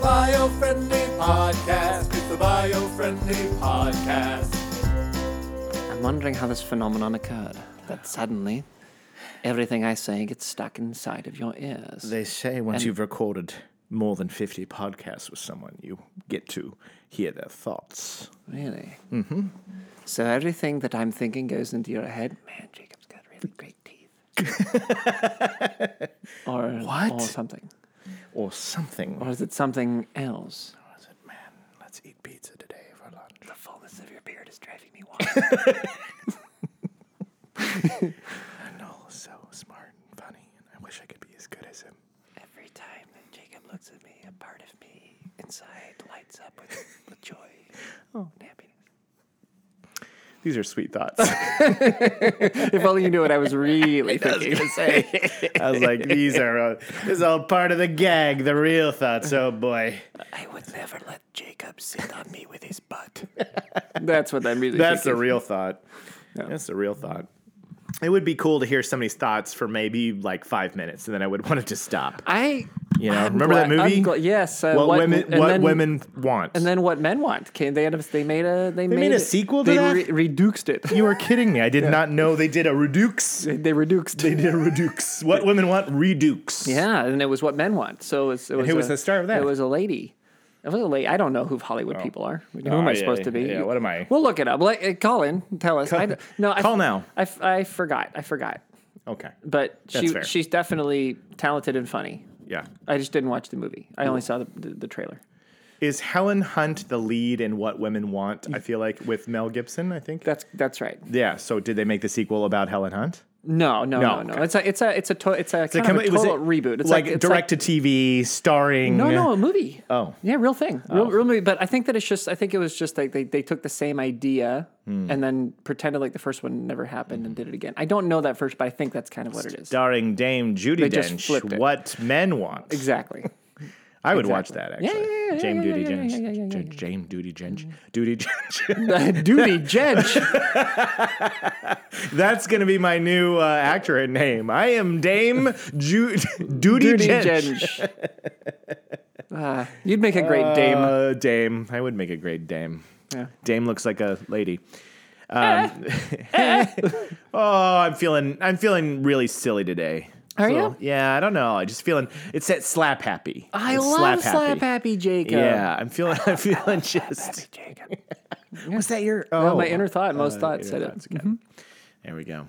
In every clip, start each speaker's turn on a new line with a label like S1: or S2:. S1: bio-friendly podcast. It's the bio-friendly podcast.
S2: I'm wondering how this phenomenon occurred that suddenly everything I say gets stuck inside of your ears.
S3: They say once you've recorded more than 50 podcasts with someone, you get to hear their thoughts.
S2: really? Mm-hmm. So everything that I'm thinking goes into your head. Man, Jacob's got really great teeth. or,
S3: What?
S2: or something.
S3: Or something.
S2: Or is it something else?
S3: I said, man, let's eat pizza today for lunch.
S2: The fullness of your beard is driving me wild.
S3: Noel's so smart and funny, and I wish I could be as good as him.
S2: Every time that Jacob looks at me, a part of me inside lights up with, with joy and happiness.
S3: These are sweet thoughts.
S2: If only you knew what I was really thinking to say.
S3: I was like, these are all, this is all part of the gag, the real thoughts. Oh boy.
S2: I would never let Jacob sit on me with his butt. That's what that music.
S3: That's the
S2: is.
S3: real thought. That's the real thought. It would be cool to hear somebody's thoughts for maybe like five minutes, and then I would want it to stop.
S2: I
S3: You know,
S2: I'm
S3: remember that
S2: glad- I'm
S3: movie?
S2: gla- yes. Uh,
S3: what, women,
S2: and
S3: what
S2: then,
S3: women want.
S2: And then what men want? Can they? End up, they made a. They,
S3: made a
S2: it-
S3: sequel to
S2: they
S3: that?
S2: Re- reduced it.
S3: you were kidding me. I did not know they did a redux.
S2: They- they reduced.
S3: They did a redux. What women want? Redux.
S2: yeah, and it was what men want. So it was. It was
S3: who
S2: a,
S3: was the star of that? Oh.
S2: It was a lady. It was a lady. I don't know who Hollywood people are. Who am I
S3: yeah,
S2: supposed to be?
S3: yeah, what am I?
S2: We'll look it up. Like, uh, call in. Tell us. I d- no, I,
S3: Call now.
S2: I, f- I forgot. I forgot.
S3: Okay.
S2: But she
S3: fair.
S2: she's definitely talented and funny.
S3: Yeah.
S2: I just didn't watch the movie. I only saw the, the, the trailer.
S3: Is Helen Hunt the lead in What Women Want? I feel like with Mel Gibson, I think.
S2: That's that's right.
S3: yeah. So did they make the sequel about Helen Hunt?
S2: No, no, no,
S3: No,
S2: no.
S3: okay.
S2: It's a it's a it's a to, it's a kind
S3: Come-
S2: of a
S3: it was
S2: total reboot. It's like,
S3: like,
S2: it's
S3: direct to TV, starring.
S2: Like, no, no, a movie.
S3: Oh.
S2: yeah, real thing, real, real movie. But I think that it's just I think it was just like they, they took the same idea
S3: Hmm.
S2: and then pretended like the first one never happened and did it again. I don't know that first, but I think that's kind of what it is.
S3: Starring Dame Judy
S2: just flipped
S3: Dench.
S2: it.
S3: What men want.
S2: Exactly.
S3: I would
S2: Exactly.
S3: watch that
S2: Yeah,
S3: actually.
S2: yeah, yeah, yeah,
S3: Jame
S2: yeah,
S3: Duty
S2: yeah, yeah,
S3: Jench.
S2: yeah, yeah, Mm. yeah,
S3: J- Jame Duty Jench. Duty Jench.
S2: Duty Judge.
S3: That's going to be my new uh, actor name. I am Dame Ju- Duty,
S2: Duty
S3: Jench.
S2: Judge. Ah, you'd make a great dame.
S3: Uh, dame. I would make a great dame.
S2: Yeah.
S3: Dame looks like a lady. Um, oh, I'm feeling I'm feeling really silly today.
S2: Are
S3: So,
S2: you?
S3: Yeah, I don't know. I just feeling it's that slap happy.
S2: I
S3: It's
S2: love Slap Happy Jacob.
S3: Yeah, I'm feeling I'm feeling just
S2: Jacob.
S3: Was that your oh
S2: uh, my inner thought, most thoughts
S3: inner
S2: said it. Mm-hmm.
S3: thoughts again. There we go.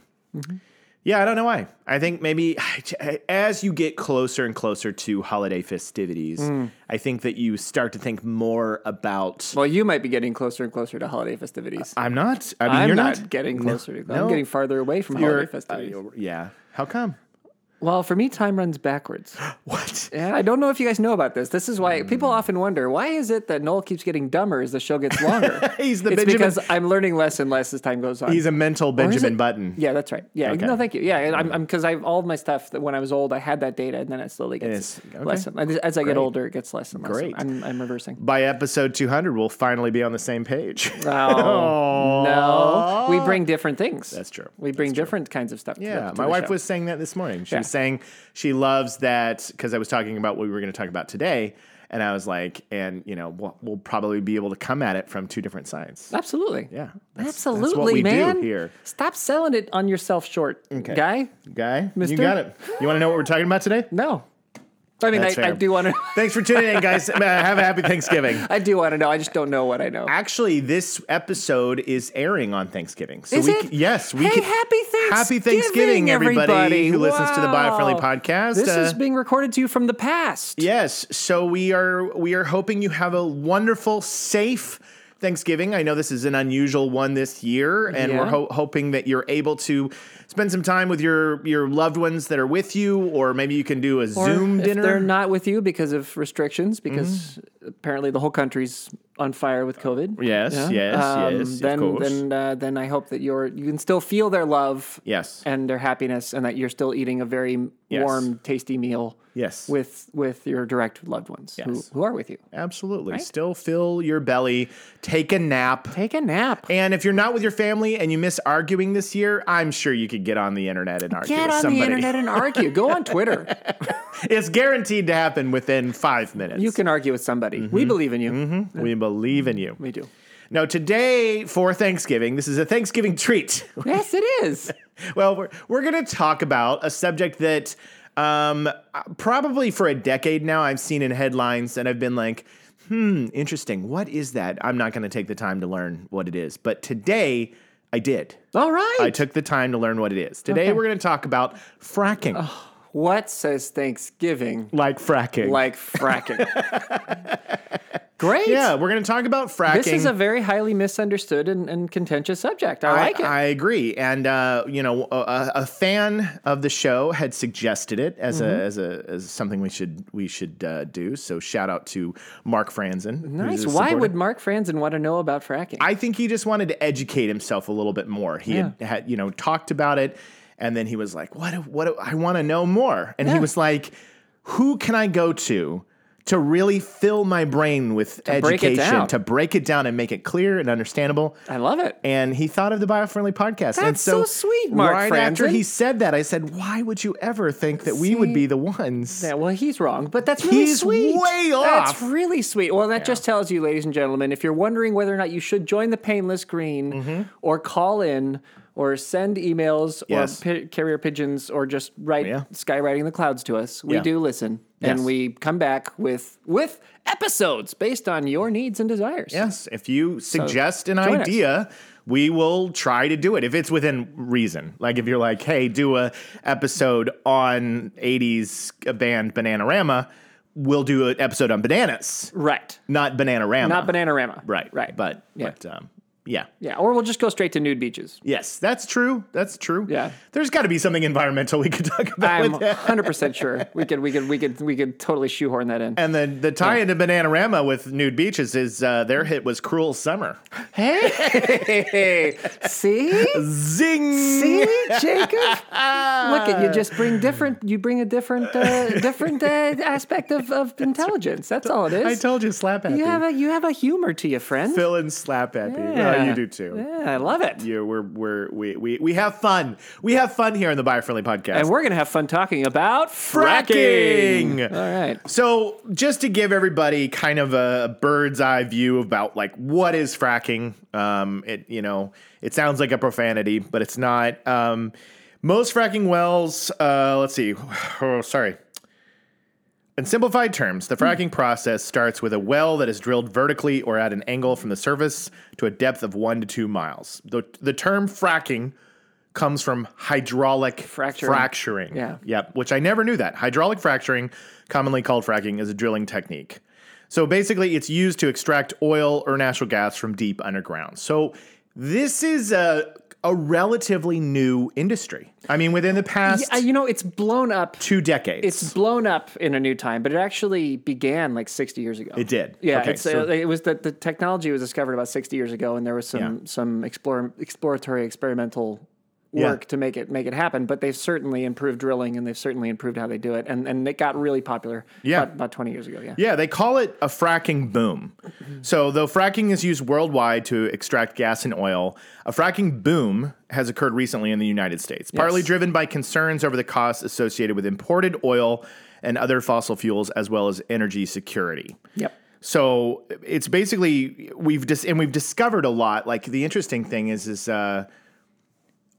S3: Yeah, I don't know why. I think maybe as you get closer and closer to holiday festivities, I think that you start to think more about.
S2: Mm. Well, you might be getting closer and closer to holiday festivities.
S3: I'm not. I mean,
S2: I'm
S3: you're
S2: not,
S3: not,
S2: getting
S3: No,
S2: closer. to
S3: no.
S2: I'm getting farther away from
S3: You're-
S2: holiday
S3: uh,
S2: festivities.
S3: you're- yeah. How come?
S2: well, for me, time runs backwards.
S3: What?
S2: Yeah, I don't know if you guys know about this. This is why
S3: Hmm.
S2: people often wonder why is it that Noel keeps getting dumber as the show gets longer.
S3: He's the
S2: it's
S3: Benjamin-
S2: because I'm learning less and less as time goes on.
S3: He's a mental
S2: Or is
S3: Benjamin
S2: it-
S3: Button.
S2: Yeah, that's right. Yeah,
S3: Okay.
S2: no, thank you. Yeah, and I'm because I've all of my stuff that when I was old, I had that data, and then it slowly gets
S3: It's- okay.
S2: less. And, as as I get
S3: Great.
S2: older, it gets less and less.
S3: Great.
S2: I'm, I'm reversing.
S3: By episode 200, we'll finally be on the same page.
S2: Oh no, we bring different things.
S3: That's true.
S2: We bring different kinds of stuff. to the-
S3: Yeah,
S2: to
S3: my
S2: the
S3: wife
S2: show.
S3: was saying that this morning. She
S2: Yeah.
S3: was saying she loves that because I was talking about what we were going to talk about today, and I was like, and you know, we'll, we'll probably be able to come at it from two different sides.
S2: Absolutely.
S3: Yeah, that's- that's what
S2: Absolutely,
S3: we do
S2: man.
S3: here.
S2: Stop selling it on yourself short, guy.
S3: Guy,
S2: Mister?
S3: you got it. You want to know what we're talking about today?
S2: No. I mean,
S3: That's
S2: I, I
S3: fair.
S2: do want to.
S3: Thanks for tuning in, guys. Uh, Have a happy Thanksgiving.
S2: I do want to know. I just don't know what I know.
S3: Actually, this episode is airing on Thanksgiving. So
S2: Is
S3: we
S2: it?
S3: c- yes, we
S2: Hey,
S3: can,
S2: happy
S3: Happy
S2: Thanksgiving,
S3: Thanksgiving, everybody,
S2: everybody.
S3: who listens to the Biofriendly
S2: Wow.
S3: podcast.
S2: This is
S3: Uh,
S2: being recorded to you from the past.
S3: Yes. So we are we are hoping you have a wonderful, safe Thanksgiving. I know this is an unusual one this year, and
S2: Yeah.
S3: we're ho- hoping that you're able to spend some time with your your loved ones that are with you, or maybe you can do a
S2: Or
S3: Zoom
S2: if They're
S3: dinner. Mm-hmm.
S2: not with you because of restrictions, because apparently the whole country's on fire with COVID. Um,
S3: Yes, yes, yes, of
S2: Then,
S3: course.
S2: then, uh, then I hope that you're you can still feel their love
S3: Yes.
S2: and their happiness, and that you're still eating a very
S3: Yes.
S2: warm, tasty meal.
S3: Yes.
S2: with with your direct loved ones who,
S3: Yes.
S2: who are with you.
S3: Absolutely. Still fill your belly, take a nap.
S2: Take a nap.
S3: And if you're not with your family and you miss arguing this year, I'm sure you could get on the internet and argue
S2: Get
S3: with
S2: on
S3: somebody.
S2: the internet and argue. Go on Twitter.
S3: it's guaranteed to happen within five minutes.
S2: You can argue with somebody.
S3: Mm-hmm.
S2: We believe in you.
S3: we believe in you.
S2: We do.
S3: Now, today for Thanksgiving, this is a Thanksgiving treat.
S2: Yes, it is.
S3: well, we're, we're going to talk about a subject that um, uh, probably for a decade now I've seen in headlines and I've been like, hmm, interesting. What is that? I'm not going to take the time to learn what it is. But today I did.
S2: All right.
S3: I took the time to learn what it is. Today
S2: Okay.
S3: we're going to talk about fracking,
S2: what says Thanksgiving
S3: like fracking.
S2: like fracking? Great.
S3: yeah, we're going to talk about fracking.
S2: This is a very highly misunderstood and, and contentious subject. I, like it.
S3: I agree, and uh, you know, a- a, a fan of the show had suggested it as
S2: Mm-hmm.
S3: a as a as something we should we should uh, do. So shout out to Mark Franzen.
S2: nice.
S3: who's a
S2: Why
S3: supporter.
S2: would Mark Franzen want to know about fracking?
S3: I think he just wanted to educate himself a little bit more. He had, had you know talked about it, and then he was like, "What? What? I want to know more." And he
S2: Yeah.
S3: was like, "Who can I go to?" To really fill my brain with
S2: break it
S3: education,
S2: down.
S3: to break it down and make it clear and understandable
S2: I love it.
S3: and he thought of the biofriendly podcast. and
S2: That's
S3: so,
S2: so sweet, Mark
S3: Right after
S2: Franzen.
S3: he said that, I said, "Why would you ever think that we would
S2: See?
S3: be the ones?"
S2: Yeah, well, he's wrong, but that's really
S3: He's
S2: sweet.
S3: way off.
S2: That's really sweet. Well, that just tells you, ladies and gentlemen, if you're wondering whether or not you should join the Painless Green
S3: Mm-hmm.
S2: or call in or send emails
S3: Yes.
S2: or pi- carrier pigeons or just write
S3: Yeah.
S2: skywriting the clouds to us, we
S3: Yeah.
S2: do listen
S3: Yes.
S2: and we come back with with episodes based on your needs and desires.
S3: yes, if you suggest an
S2: join us.
S3: idea, we will try to do it if it's within reason. Like if you're like, "Hey, do a episode on '80s band Bananarama," we'll do an episode on bananas,
S2: Right.
S3: not Bananarama,
S2: Not Bananarama.
S3: Right,
S2: Right.
S3: But
S2: Yeah.
S3: but um, yeah.
S2: yeah, or we'll just go straight to nude beaches.
S3: Yes, that's true. That's true.
S2: Yeah.
S3: There's got to be something environmental we could talk about.
S2: I'm
S3: with that.
S2: 100% sure we could we could we could we could totally shoehorn that in.
S3: And the, the tie into Bananarama with Nude Beaches is uh, their hit was Cruel Summer.
S2: Hey, see,
S3: Zing!
S2: see, Jacob. Look at you. Just bring different. You bring a different, uh, different uh, aspect of, of intelligence. That's all it is.
S3: I told you, slap happy.
S2: you have a you have a humor to you, friend.
S3: Phil and slap happy.
S2: Yeah.
S3: Oh, you do too.
S2: Yeah, I love it.
S3: You, we're, we're, we, we, we have fun. We have fun here on the Biofriendly Podcast.
S2: And we're gonna have fun talking about fracking.
S3: Fracking!
S2: All right.
S3: So, just to give everybody kind of a bird's eye view about like what is fracking, um, it you know it sounds like a profanity, but it's not. Um, most fracking wells, uh, let's see, oh, sorry. In simplified terms, the fracking process starts with a well that is drilled vertically or at an angle from the surface to a depth of one to two miles. The, the term fracking comes from hydraulic
S2: Fracturing.
S3: fracturing.
S2: Yeah.
S3: Yep. Which I never knew that. Hydraulic fracturing, commonly called fracking, is a drilling technique. So basically, it's used to extract oil or natural gas from deep underground. So this is a, a relatively new industry. I mean, within the past
S2: Yeah, you know, it's blown up.
S3: two decades.
S2: It's blown up in a new time, but it actually began like 60 years ago.
S3: it did.
S2: Yeah,
S3: Okay,
S2: it's,
S3: so-
S2: uh, it was that the technology was discovered about 60 years ago, and there was some some explore, exploratory experimental
S3: Yeah.
S2: work to make it make it happen. But they've certainly improved drilling, and they've certainly improved how they do it, and and it got really popular.
S3: Yeah.
S2: about, about 20 years ago. Yeah,
S3: Yeah, they call it a fracking boom. So, though fracking is used worldwide to extract gas and oil, a fracking boom has occurred recently in the United States, partly driven by concerns over the costs associated with imported oil and other fossil fuels, as well as energy security.
S2: yep.
S3: So it's basically we've dis- and we've discovered a lot. Like the interesting thing is, is uh,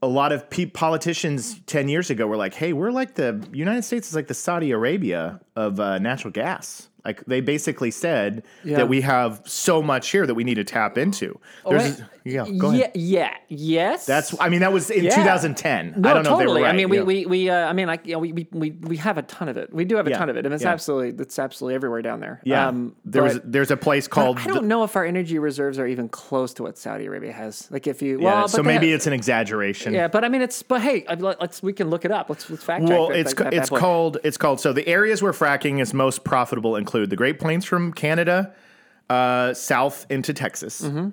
S3: a lot of pe- politicians ten years ago were like, "Hey, we're like the United States is like the Saudi Arabia of uh, natural gas." Like they basically said
S2: Yeah. Oh,
S3: that we have so much here that we need to tap into. There's,
S2: Well,
S3: yeah, go ahead.
S2: Yeah, yeah, yes.
S3: That's I mean that was in
S2: Yeah.
S3: 2010.
S2: No,
S3: I don't
S2: totally.
S3: know if they were
S2: I
S3: right.
S2: mean, we,
S3: yeah.
S2: we, we uh, I mean, like, you know, we, we, we, we have a ton of it. We do have a
S3: Yeah.
S2: ton of it, and it's
S3: Yeah.
S2: absolutely, it's absolutely everywhere down there. Um,
S3: yeah. there was
S2: but-
S3: there's a place called
S2: I
S3: the-
S2: don't know if our energy reserves are even close to what Saudi Arabia has. Like if you,
S3: yeah,
S2: well,
S3: so
S2: but they
S3: maybe
S2: have-
S3: it's an exaggeration.
S2: yeah, but I mean it's, but hey, I'd let- let's we can look it up. Let's let's fact check.
S3: Well,
S2: that-
S3: it's
S2: that- that
S3: it's
S2: bad boy.
S3: called it's called. So the areas where fracking is most profitable include the Great Plains from Canada, uh, south into Texas,
S2: Mm-hmm.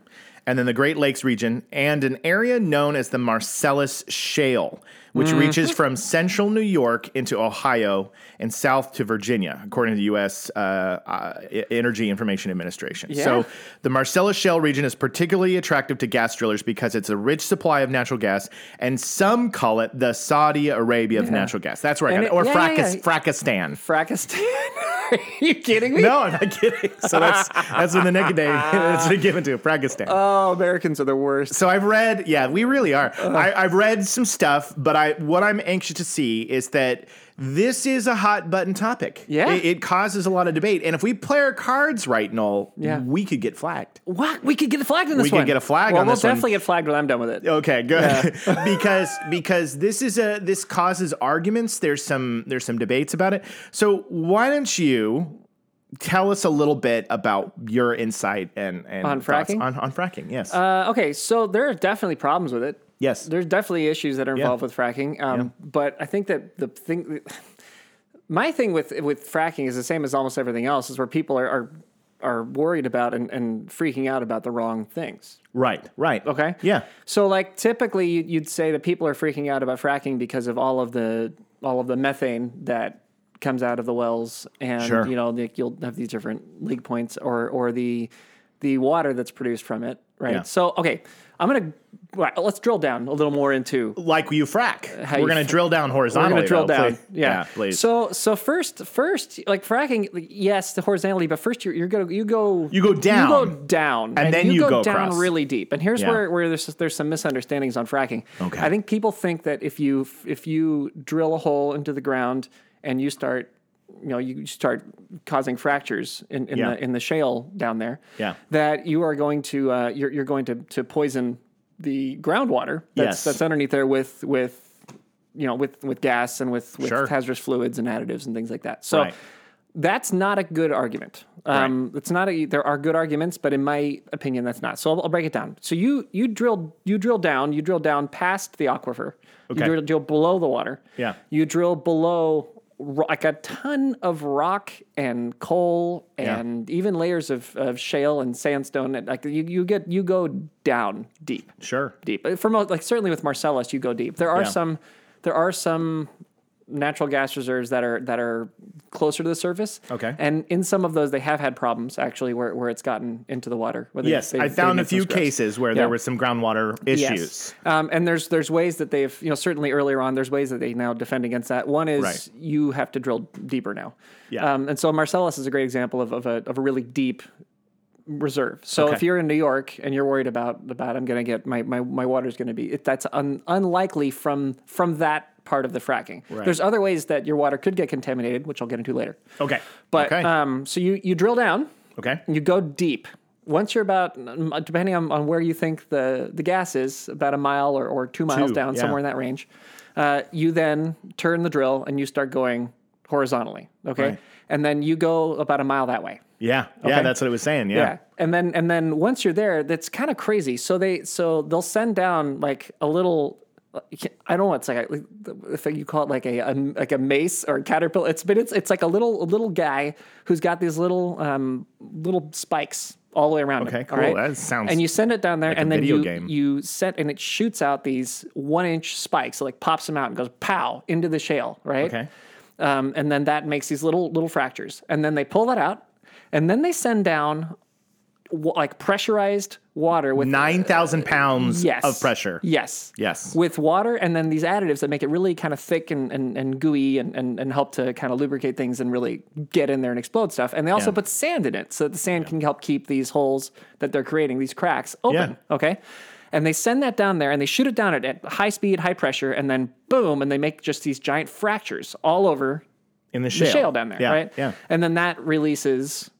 S3: and then the Great Lakes region, and an area known as the Marcellus Shale, which
S2: Mm-hmm.
S3: reaches from central New York into Ohio and south to Virginia, according to the U.S. Uh, uh, E- Energy Information Administration.
S2: Yeah.
S3: So the Marcellus Shale region is particularly attractive to gas drillers because it's a rich supply of natural gas, and some call it the Saudi Arabia of natural gas. That's where I got
S2: And
S3: it,
S2: it-
S3: or
S2: yeah, yeah, yeah.
S3: fracas, Fracistan.
S2: Fracistan. Are you kidding me?
S3: No, I'm not kidding. So that's that's in the neck of day. That's been given to Fracistan.
S2: Oh, Americans are the worst.
S3: so I've read, yeah, we really are.
S2: uh.
S3: I, I've read some stuff, but I what I'm anxious to see is that this is a hot button topic.
S2: Yeah.
S3: it, it causes a lot of debate, and if we play our cards right, Noel,
S2: Yeah.
S3: we could get flagged.
S2: What? We could get flagged on this
S3: We could
S2: one.
S3: get a flag
S2: well,
S3: on
S2: we'll
S3: this one.
S2: definitely get flagged when I'm done with it.
S3: Okay, good. because because this is a this causes arguments. There's some there's some debates about it. So why don't you tell us a little bit about your insight and, and
S2: On
S3: thoughts
S2: fracking?
S3: on, on fracking? Yes,
S2: Uh, okay, so there are definitely problems with it.
S3: yes.
S2: There's definitely issues that are
S3: Yeah.
S2: involved with fracking. Um, But I think that the thing, my thing with with fracking is the same as almost everything else, is where people are are, are worried about and, and freaking out about the wrong things.
S3: Right, right.
S2: Okay.
S3: Yeah.
S2: So like typically you- you'd say that people are freaking out about fracking because of all of the all of the methane that comes out of the wells and
S3: Sure.
S2: you know like you'll have these different leak points or or the the water that's produced from it, right?
S3: Yeah.
S2: So okay, I'm going to let's drill down a little more into
S3: Like you frack.
S2: Uh, How
S3: We're
S2: you
S3: gonna
S2: frack.
S3: drill down
S2: we're
S3: horizontally.
S2: going to drill
S3: though,
S2: down.
S3: please.
S2: Yeah.
S3: please.
S2: So so first first like fracking like, yes, the horizontally, but first you're, you're going to you go
S3: You go down.
S2: You go down and,
S3: then you go
S2: down
S3: across.
S2: really deep. And here's
S3: Yeah.
S2: where where there's there's some misunderstandings on fracking.
S3: Okay.
S2: I think people think that if you if you drill a hole into the ground and you start you know, you start causing fractures in, in
S3: Yeah.
S2: the in the shale down there.
S3: Yeah.
S2: That you are going to uh, you're you're going to to poison the groundwater that's
S3: Yes.
S2: that's underneath there with with you know with with gas and with, with
S3: Sure.
S2: hazardous fluids and additives and things like that. So
S3: Right.
S2: that's not a good argument. Um, It's not a. There are good arguments, but in my opinion, that's not. So I'll, I'll break it down. So you you drill you drill down you drill down past the aquifer.
S3: Okay.
S2: You drill, drill below the water.
S3: Yeah.
S2: You drill below ro- like a ton of rock and coal
S3: Yeah.
S2: and even layers of, of shale and sandstone. And, Like you, you get you go down deep
S3: sure.
S2: deep. Uh, For most, like certainly with Marcellus, you go deep. There are
S3: Yeah.
S2: some, there are some natural gas reserves that are that are closer to the surface.
S3: Okay.
S2: And in some of those, they have had problems actually where, where it's gotten into the water. where they-
S3: Yes,
S2: they-
S3: I
S2: they
S3: found a
S2: made some
S3: few
S2: screws.
S3: cases where
S2: Yeah.
S3: there were some groundwater
S2: Yes.
S3: issues.
S2: Um, and there's there's ways that they've you know certainly earlier on there's ways that they now defend against that. One is
S3: Right.
S2: you have to drill deeper now.
S3: Yeah.
S2: Um, and so Marcellus is a great example of, of a of a really deep reserve. So
S3: Okay.
S2: if you're in New York and you're worried about about I'm going to get my my my water's going to be it, that's un, unlikely from from that part of the fracking.
S3: Right.
S2: There's other ways that your water could get contaminated, which I'll get into later.
S3: Okay.
S2: But
S3: okay.
S2: um, so you you drill down
S3: okay.
S2: you go deep. Once you're about, depending on, on where you think the, the gas is, about a mile or, or two miles
S3: Two,
S2: down,
S3: yeah.
S2: somewhere in that range, uh, you then turn the drill and you start going horizontally. Okay.
S3: Right.
S2: And then you go about a mile that way.
S3: Yeah. Yeah.
S2: okay.
S3: That's what it was saying. Yeah.
S2: Yeah. And then and then once you're there, that's kind of crazy. So they so they'll send down like a little I don't know it's like like, if you call it like a, a like a mace or a caterpillar. It's but it's it's like a little a little guy who's got these little um little spikes all the way around. him,
S3: Okay,
S2: all
S3: cool. That sounds
S2: And you send it down there, and then
S3: video
S2: you
S3: game.
S2: you set and it shoots out these one inch spikes. It like pops them out and goes pow into the shale. Right.
S3: Okay.
S2: Um, and then that makes these little little fractures, and then they pull that out, and then they send down wa- like pressurized water with
S3: Nine thousand pounds
S2: yes
S3: of pressure.
S2: Yes.
S3: Yes.
S2: With water and then these additives that make it really kind of thick and, and, and gooey and, and, and help to kind of lubricate things and really get in there and explode stuff. And they also
S3: Yeah.
S2: put sand in it so that the sand can help keep these holes that they're creating, these cracks, open. Okay. And they send that down there and they shoot it down at, at high speed, high pressure, and then boom, and they make just these giant fractures all over
S3: In the shale.
S2: the shale down there,
S3: Yeah,
S2: right?
S3: Yeah.
S2: And then that releases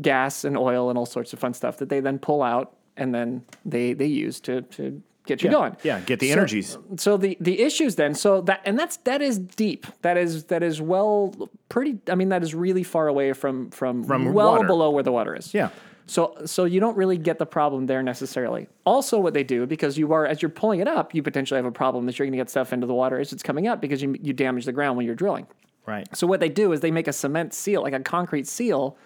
S2: gas and oil and all sorts of fun stuff that they then pull out and then they they use to to get you going.
S3: Yeah. Get the
S2: So-
S3: energies.
S2: So the the issues then, so that and that's that is deep. That is that is well pretty I mean that is really far away from from,
S3: From
S2: well
S3: water.
S2: below where the water is.
S3: Yeah.
S2: So so you don't really get the problem there necessarily. Also what they do because you are as you're pulling it up, you potentially have a problem that you're going to get stuff into the water as it's coming up because you you damage the ground when you're drilling.
S3: Right.
S2: So what they do is they make a cement seal, like a concrete seal,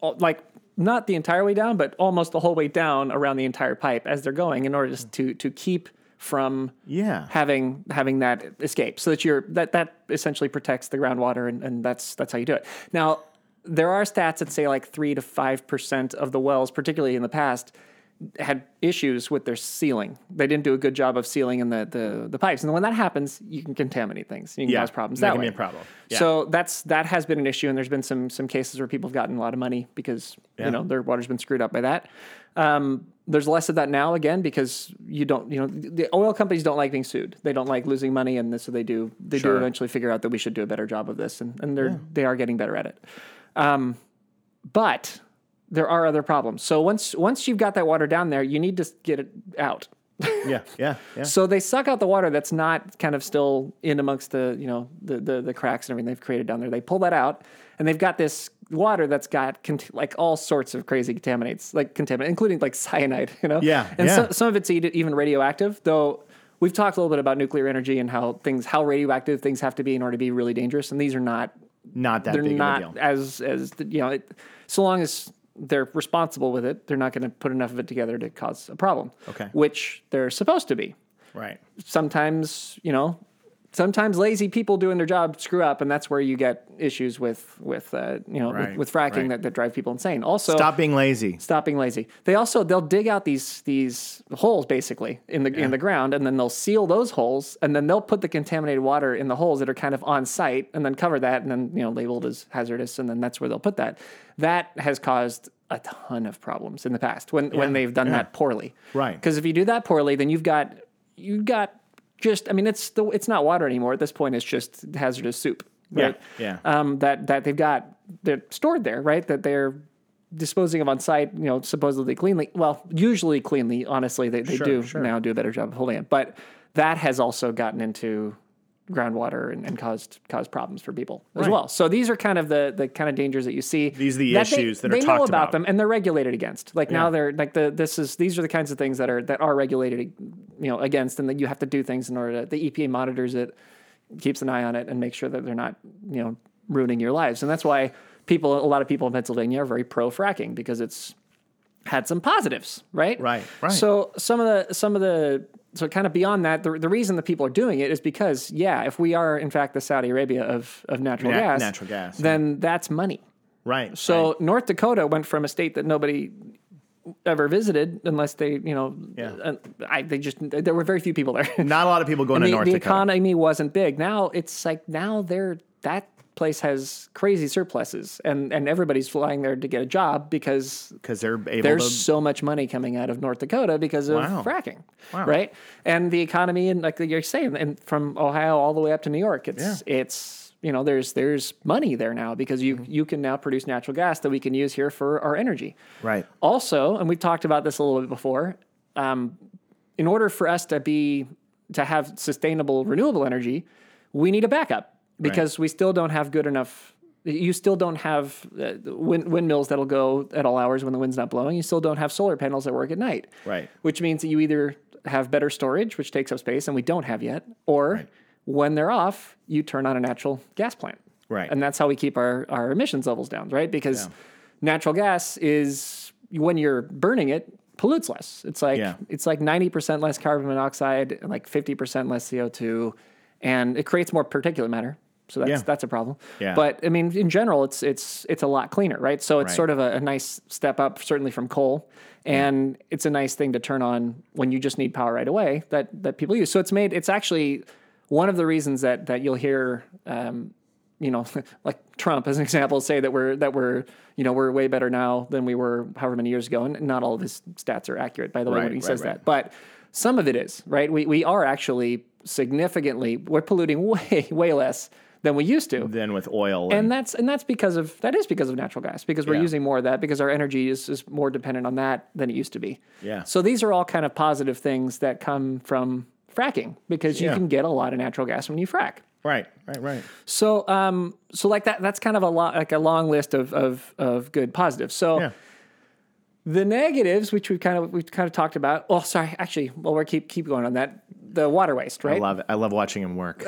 S2: all- like not the entire way down, but almost the whole way down around the entire pipe as they're going in order just to to keep from
S3: Yeah.
S2: having having that escape so that you're that that essentially protects the groundwater and, and that's that's how you do it now there are stats that say like 3 to 5% of the wells particularly in the past had issues with their sealing they didn't do a good job of sealing in the the, the pipes and when that happens you can contaminate things you can
S3: Yeah.
S2: cause problems
S3: That
S2: that,
S3: can
S2: way.
S3: be a problem. Yeah.
S2: so that's that has been an issue and there's been some some cases where people have gotten a lot of money because you know their water's been screwed up by that um, there's less of that now again because you don't you know the oil companies don't like being sued they don't like losing money and this so they do they
S3: Sure.
S2: do eventually figure out that we should do a better job of this and, and they're they are getting better at it um, but there are other problems so once once you've got that water down there you need to get it out
S3: Yeah. Yeah. Yeah.
S2: so they suck out the water that's not kind of still in amongst the you know the the, the cracks and everything they've created down there. They pull that out, and they've got this water that's got cont- like all sorts of crazy contaminants, like contaminant, including like cyanide. You know,
S3: Yeah,
S2: and
S3: yeah.
S2: so- some of it's e- even radioactive, though. We've talked a little bit about nuclear energy and how things, how radioactive things have to be in order to be really dangerous, and these are not
S3: Not that
S2: they're
S3: big
S2: not
S3: of a deal.
S2: as as you know. It, so long as they're responsible with it, they're not going to put enough of it together to cause a problem.
S3: Okay.
S2: which they're supposed to be
S3: Right.
S2: sometimes you know sometimes lazy people doing their job screw up and that's where you get issues with with uh, you know
S3: Right,
S2: with, with fracking
S3: right.
S2: that, that drive people insane also
S3: Stop being lazy.
S2: stopping lazy they also they'll dig out these these holes basically in the in the ground and then they'll seal those holes and then they'll put the contaminated water in the holes that are kind of on site and then cover that and then you know labeled as hazardous and then that's where they'll put that that has caused a ton of problems in the past when when they've done that poorly
S3: Right.
S2: because if you do that poorly, then you've got you've got just I mean it's the it's not water anymore at this point. It's just hazardous soup. Right?
S3: Yeah,
S2: Um, that that they've got they're stored there, right? That they're disposing of on site, you know, supposedly cleanly. Well, usually cleanly. Honestly, they they
S3: Sure,
S2: do
S3: sure.
S2: now do a better job of holding it, but that has also gotten into groundwater and, and caused caused problems for people as
S3: Right.
S2: well. So these are kind of the the kind of dangers that you see.
S3: These are the
S2: that they-
S3: issues that are
S2: they know
S3: talked
S2: about
S3: about.
S2: them and they're regulated against. Like now they're like the this is these are the kinds of things that are that are regulated, you know, against, and that you have to do things in order to. The EPA monitors it, keeps an eye on it, and makes sure that they're not you know ruining your lives. And that's why people, a lot of people in Pennsylvania, are very pro fracking because it's had some positives, right?
S3: Right, right.
S2: So some of the some of the so kind of beyond that, the, the reason that people are doing it is because yeah, if we are in fact the Saudi Arabia of of natural
S3: Na-
S2: gas,
S3: natural gas, yeah.
S2: then that's money.
S3: right.
S2: So
S3: right.
S2: North Dakota went from a state that nobody ever visited, unless they, you know,
S3: Yeah.
S2: uh, I, they just there were very few people there. And
S3: not a lot of people going
S2: the,
S3: to North
S2: the
S3: Dakota.
S2: economy wasn't big. Now it's like now they're that place has crazy surpluses, and and everybody's flying there to get a job because
S3: because they're able
S2: there's
S3: to.
S2: so much money coming out of North Dakota because of
S3: Wow.
S2: fracking,
S3: Wow.
S2: right? And the economy, and like you're saying, and from Ohio all the way up to New York, it's it's you know there's there's money there now because you
S3: Mm-hmm.
S2: you can now produce natural gas that we can use here for our energy.
S3: Right.
S2: Also, and we've talked about this a little bit before. Um, in order for us to be to have sustainable renewable energy, we need a backup because we still don't have good enough. You still don't have uh, wind, windmills that'll go at all hours when the wind's not blowing. You still don't have solar panels that work at night.
S3: Right.
S2: Which means that you either have better storage, which takes up space, and we don't have yet, or when they're off, you turn on a natural gas plant.
S3: Right.
S2: And that's how we keep our, our emissions levels down, right? Because natural gas is when you're burning it pollutes less. It's like
S3: Yeah.
S2: it's like 90% less carbon monoxide and like 50% less CO2 and it creates more particulate matter. So that's
S3: Yeah.
S2: that's a problem.
S3: Yeah.
S2: But I mean in general it's it's it's a lot cleaner, right? So it's
S3: Right.
S2: sort of a, a nice step up certainly from coal and it's a nice thing to turn on when you just need power right away that that people use. So it's made it's actually one of the reasons that that you'll hear um, you know, like Trump as an example, say that we're that we're you know we're way better now than we were however many years ago, and not all of his stats are accurate by the way
S3: Right,
S2: when he
S3: right,
S2: says
S3: right.
S2: that, but some of it is right. We we are actually significantly we're polluting way way less than we used to,
S3: Then with oil
S2: and that's and that's because of that is because of natural gas because we're
S3: Yeah.
S2: using more of that because our energy is, is more dependent on that than it used to be.
S3: Yeah.
S2: So these are all kind of positive things that come from fracking because you
S3: Yeah.
S2: can get a lot of natural gas when you frack.
S3: right, right, right.
S2: So, um, so like that, that's kind of a lot, like a long list of, of, of good positives. So
S3: Yeah.
S2: the negatives, which we've kind of, we've kind of talked about. Oh, sorry. Actually, well, we're keep, keep going on that. the water waste, right?
S3: I love it. I love watching him work.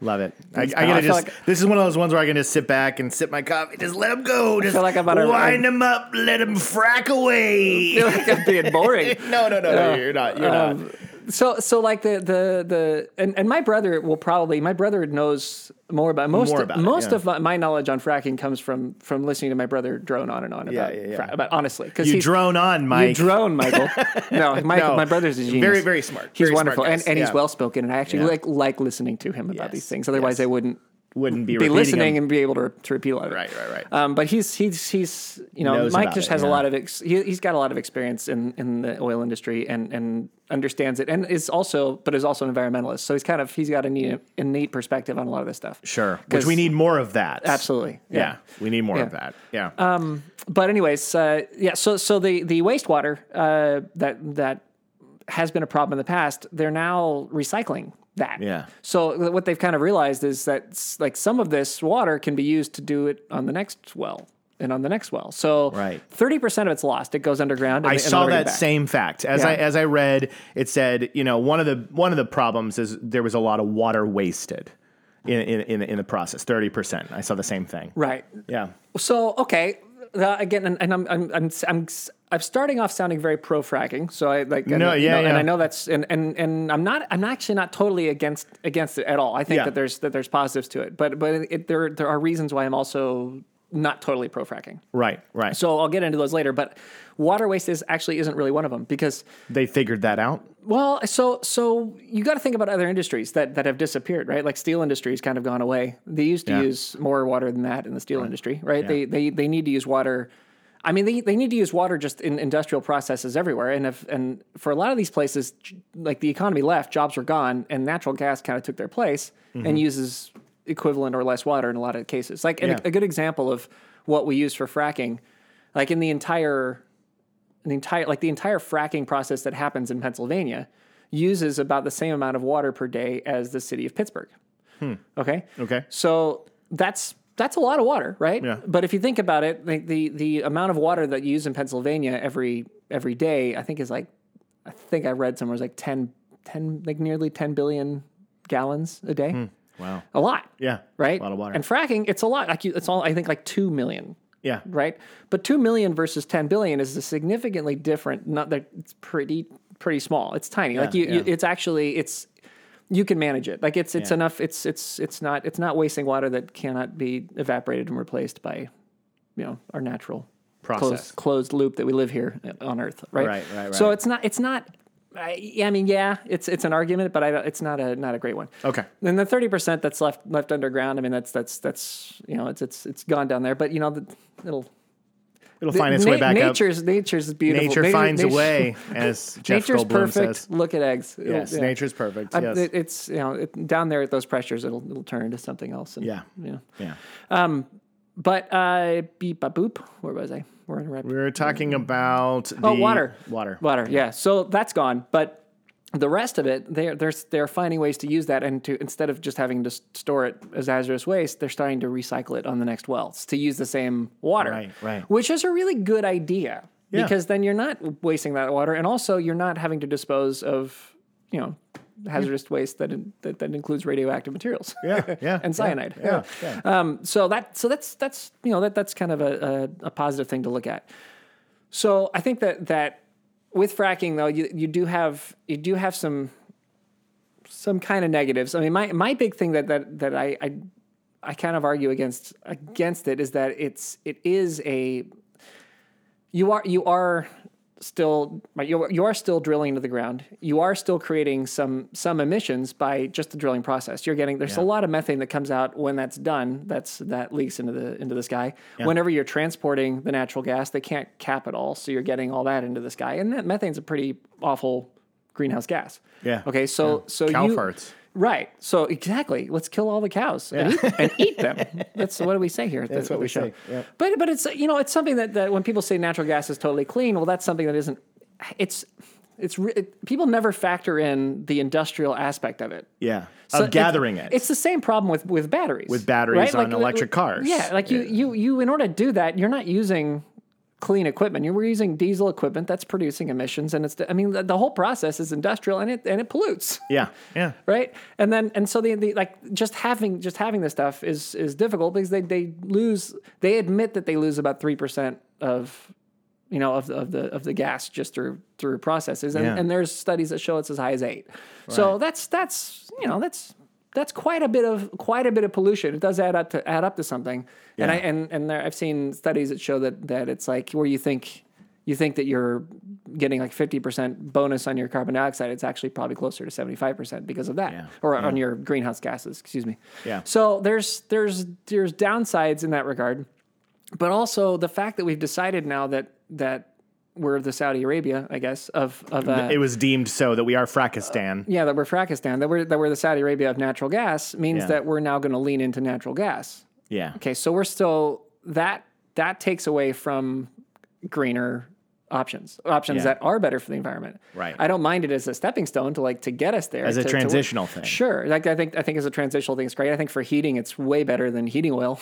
S3: love it. I, I
S2: I
S3: gotta
S2: feel
S3: just.
S2: like-
S3: this is one of those ones where I can just sit back and sip my coffee, just let him go, just
S2: feel like I'm on a-
S3: wind him up, let him frack away.
S2: I feel like I'm being boring.
S3: no, no, no, no. You're not. You're not.
S2: Um, so so like the the the and, and my brother will probably my brother knows more about most
S3: More about it,
S2: most
S3: yeah.
S2: of my, my knowledge on fracking comes from from listening to my brother drone on and on about
S3: Yeah, yeah, yeah.
S2: fra- about honestly because
S3: You drone on, Mike.
S2: You drone, Michael. no, Mike,
S3: No.
S2: my brother's a genius.
S3: Very, very smart.
S2: He's
S3: Very smart
S2: wonderful,
S3: guy.
S2: and, and he's
S3: Yeah.
S2: well spoken. And I actually
S3: Yeah.
S2: like like listening to him about
S3: Yes.
S2: these things. Otherwise,
S3: Yes.
S2: I wouldn't
S3: Wouldn't be,
S2: be
S3: repeating
S2: listening
S3: him.
S2: and be able to, to repeat a lot of it.
S3: Right, right, right.
S2: Um, but he's he's he's you know
S3: Knows
S2: Mike
S3: about
S2: just
S3: it,
S2: has
S3: yeah.
S2: a lot of ex- he, he's got a lot of experience in in the oil industry and and understands it and is also but is also an environmentalist. So he's kind of he's got a neat a neat perspective on a lot of this stuff.
S3: Sure. Which
S2: 'Cause-
S3: we need more of that.
S2: Absolutely.
S3: Yeah. we need more
S2: Yeah. Um,
S3: of that. Yeah.
S2: but anyways, uh, yeah. So so the the wastewater uh, that that has been a problem in the past, they're now recycling that.
S3: Yeah.
S2: So what they've kind of realized is that s- like some of this water can be used to do it on the next well and on the next well. So
S3: Right.
S2: thirty percent of it's lost. It goes underground. And
S3: I
S2: they- and
S3: saw
S2: they'll bring it
S3: that
S2: back.
S3: same fact as I
S2: Yeah.
S3: as I read. It said, you know, one of the one of the problems is there was a lot of water wasted in in in, in the process, thirty percent. I saw the same thing.
S2: Right.
S3: Yeah,
S2: So okay, uh, again, and, and I'm, I'm I'm I'm I'm starting off sounding very pro fracking. So I like and,
S3: No, yeah,
S2: and
S3: yeah.
S2: I know that's and, and and I'm not I'm actually not totally against against it at all. I think
S3: Yeah.
S2: that there's that there's positives to it, but but it, there there are reasons why I'm also not totally pro fracking.
S3: right, right. So
S2: So I'll get into those later, but water waste is actually isn't really one of them because
S3: they figured that out.
S2: well, so so you got to think about other industries that that have disappeared, right? Like steel industry's kind of gone away. They used to
S3: Yeah.
S2: use more water than that in the steel industry, right? They they they need to use water. I mean, they, they need to use water just in industrial processes everywhere, and if and for a lot of these places, j- like the economy left, jobs were gone, and natural gas kind of took their place
S3: Mm-hmm.
S2: and uses equivalent or less water in a lot of cases. Like and
S3: Yeah.
S2: a, a good example of what we use for fracking, like in the entire the entire like the entire fracking process that happens in Pennsylvania uses about the same amount of water per day as the city of Pittsburgh.
S3: Hmm.
S2: Okay.
S3: Okay.
S2: So that's that's a lot of water, right?
S3: Yeah.
S2: But if you think about it, like the the amount of water that you use in Pennsylvania every every day, I think is like I think I read somewhere is like 10, 10 like nearly 10 billion gallons a day.
S3: Wow.
S2: A lot.
S3: Yeah.
S2: Right?
S3: Hmm. A lot of water.
S2: And fracking, it's a lot. Like you, it's all I think like 2 million
S3: yeah.
S2: right? But two million versus ten billion is a significantly different. Not that it's pretty pretty small. It's tiny. like you, you,
S3: yeah.
S2: it's actually it's you can manage it. Like it's it's
S3: Yeah.
S2: enough. It's it's it's not it's not wasting water that cannot be evaporated and replaced by you know our natural
S3: Process.
S2: closed, closed loop that we live here on Earth, right?
S3: Right, right,
S2: So
S3: right.
S2: it's not it's not. I, I mean, yeah, it's it's an argument, but I don't, it's not a not a great one.
S3: Okay.
S2: And the thirty percent that's left left underground, I mean, that's that's that's you know, it's it's it's gone down there, but you know, the, it'll
S3: It'll find its way
S2: Na-
S3: back up.
S2: nature's, Nature's beautiful.
S3: Nature
S2: Na-
S3: finds
S2: nat-
S3: a way, as Jeff
S2: Nature's
S3: Goldblum
S2: perfect.
S3: says.
S2: Look at eggs. It'll-
S3: Yes,
S2: yeah.
S3: nature's perfect.
S2: I-
S3: yes.
S2: it- it's you know it, down there at those pressures, it'll it'll turn into something else. And,
S3: yeah.
S2: You know.
S3: Yeah.
S2: But uh, beep, ba, boop. Where was I? We're in a
S3: We were talking about
S2: Oh,
S3: the-
S2: water.
S3: Water.
S2: Water. Yeah. So that's gone. But the rest of it, they're they're they're finding ways to use that and to instead of just having to s- store it as hazardous waste, they're starting to recycle it on the next wells to use the same water.
S3: Right, right.
S2: Which is a really good idea
S3: Yeah.
S2: because then you're not wasting that water, and also you're not having to dispose of you know hazardous waste that in, that, that includes radioactive materials.
S3: Yeah. Yeah.
S2: And cyanide.
S3: Yeah. yeah.
S2: Um, so that so that's that's you know that that's kind of a, a, a positive thing to look at. So I think that that with fracking though you you do have you do have some some kind of negatives. I mean my my big thing that that that I I, I kind of argue against against it is that it's it is a you are you are still you are, you are still drilling into the ground. You are still creating some some emissions by just the drilling process. You're getting there's a lot of methane that comes out when that's done. That's that leaks into the into the sky. Whenever you're transporting the natural gas, they can't cap it all, so you're getting all that into the sky. And that methane's a pretty awful greenhouse gas.
S3: Yeah.
S2: Okay. So so
S3: Cow
S2: you,
S3: farts.
S2: Right. So exactly. Let's kill all the cows and, eat, and eat them. That's what do we say here. That's
S3: what we say, yep.
S2: But but it's you know it's something that, that when people say natural gas is totally clean, well that's something that isn't. It's it's re- it, people never factor in the industrial aspect of it.
S3: Yeah.
S2: So
S3: of
S2: it's-
S3: gathering it.
S2: It's the same problem with with batteries. With
S3: batteries on electric cars.
S2: Yeah, like you you you in order to do that, you're not using clean equipment. You're, we're using diesel equipment that's producing emissions, and it's. I mean, the, the whole process is industrial, and it and it pollutes.
S3: Yeah. Yeah.
S2: right? And then and so the, the like just having just having this stuff is is difficult because they they lose they admit that they lose about three percent of you know of, the- of the of the gas just through through processes and,
S3: Yeah.
S2: and there's studies that show it's as high as eight. So that's that's you know that's that's quite a bit of quite a bit of pollution. It does add up to add up to something. And I
S3: Yeah.
S2: and and there, I've seen studies that show that that it's like where you think you think that you're getting like 50% bonus on your carbon dioxide it's actually probably closer to 75% because of that
S3: Yeah.
S2: or on your greenhouse gases excuse me
S3: Yeah.
S2: so there's there's there's downsides in that regard but also the fact that we've decided now that that we're the saudi arabia i guess of of uh,
S3: It was deemed so that we are Frakistan.
S2: yeah, that we're Frakistan, that we're that we're the Saudi Arabia of natural gas means
S3: Yeah.
S2: that we're now going to lean into natural gas.
S3: yeah.
S2: Okay, so we're still that that takes away from greener options, options
S3: Yeah.
S2: that are better for the environment.
S3: Right.
S2: I don't mind it as a stepping stone to like to get us there
S3: As a
S2: to- to-
S3: transitional thing.
S2: Sure. Like I think I think as a transitional thing, it's great. I think for heating, it's way better than heating oil.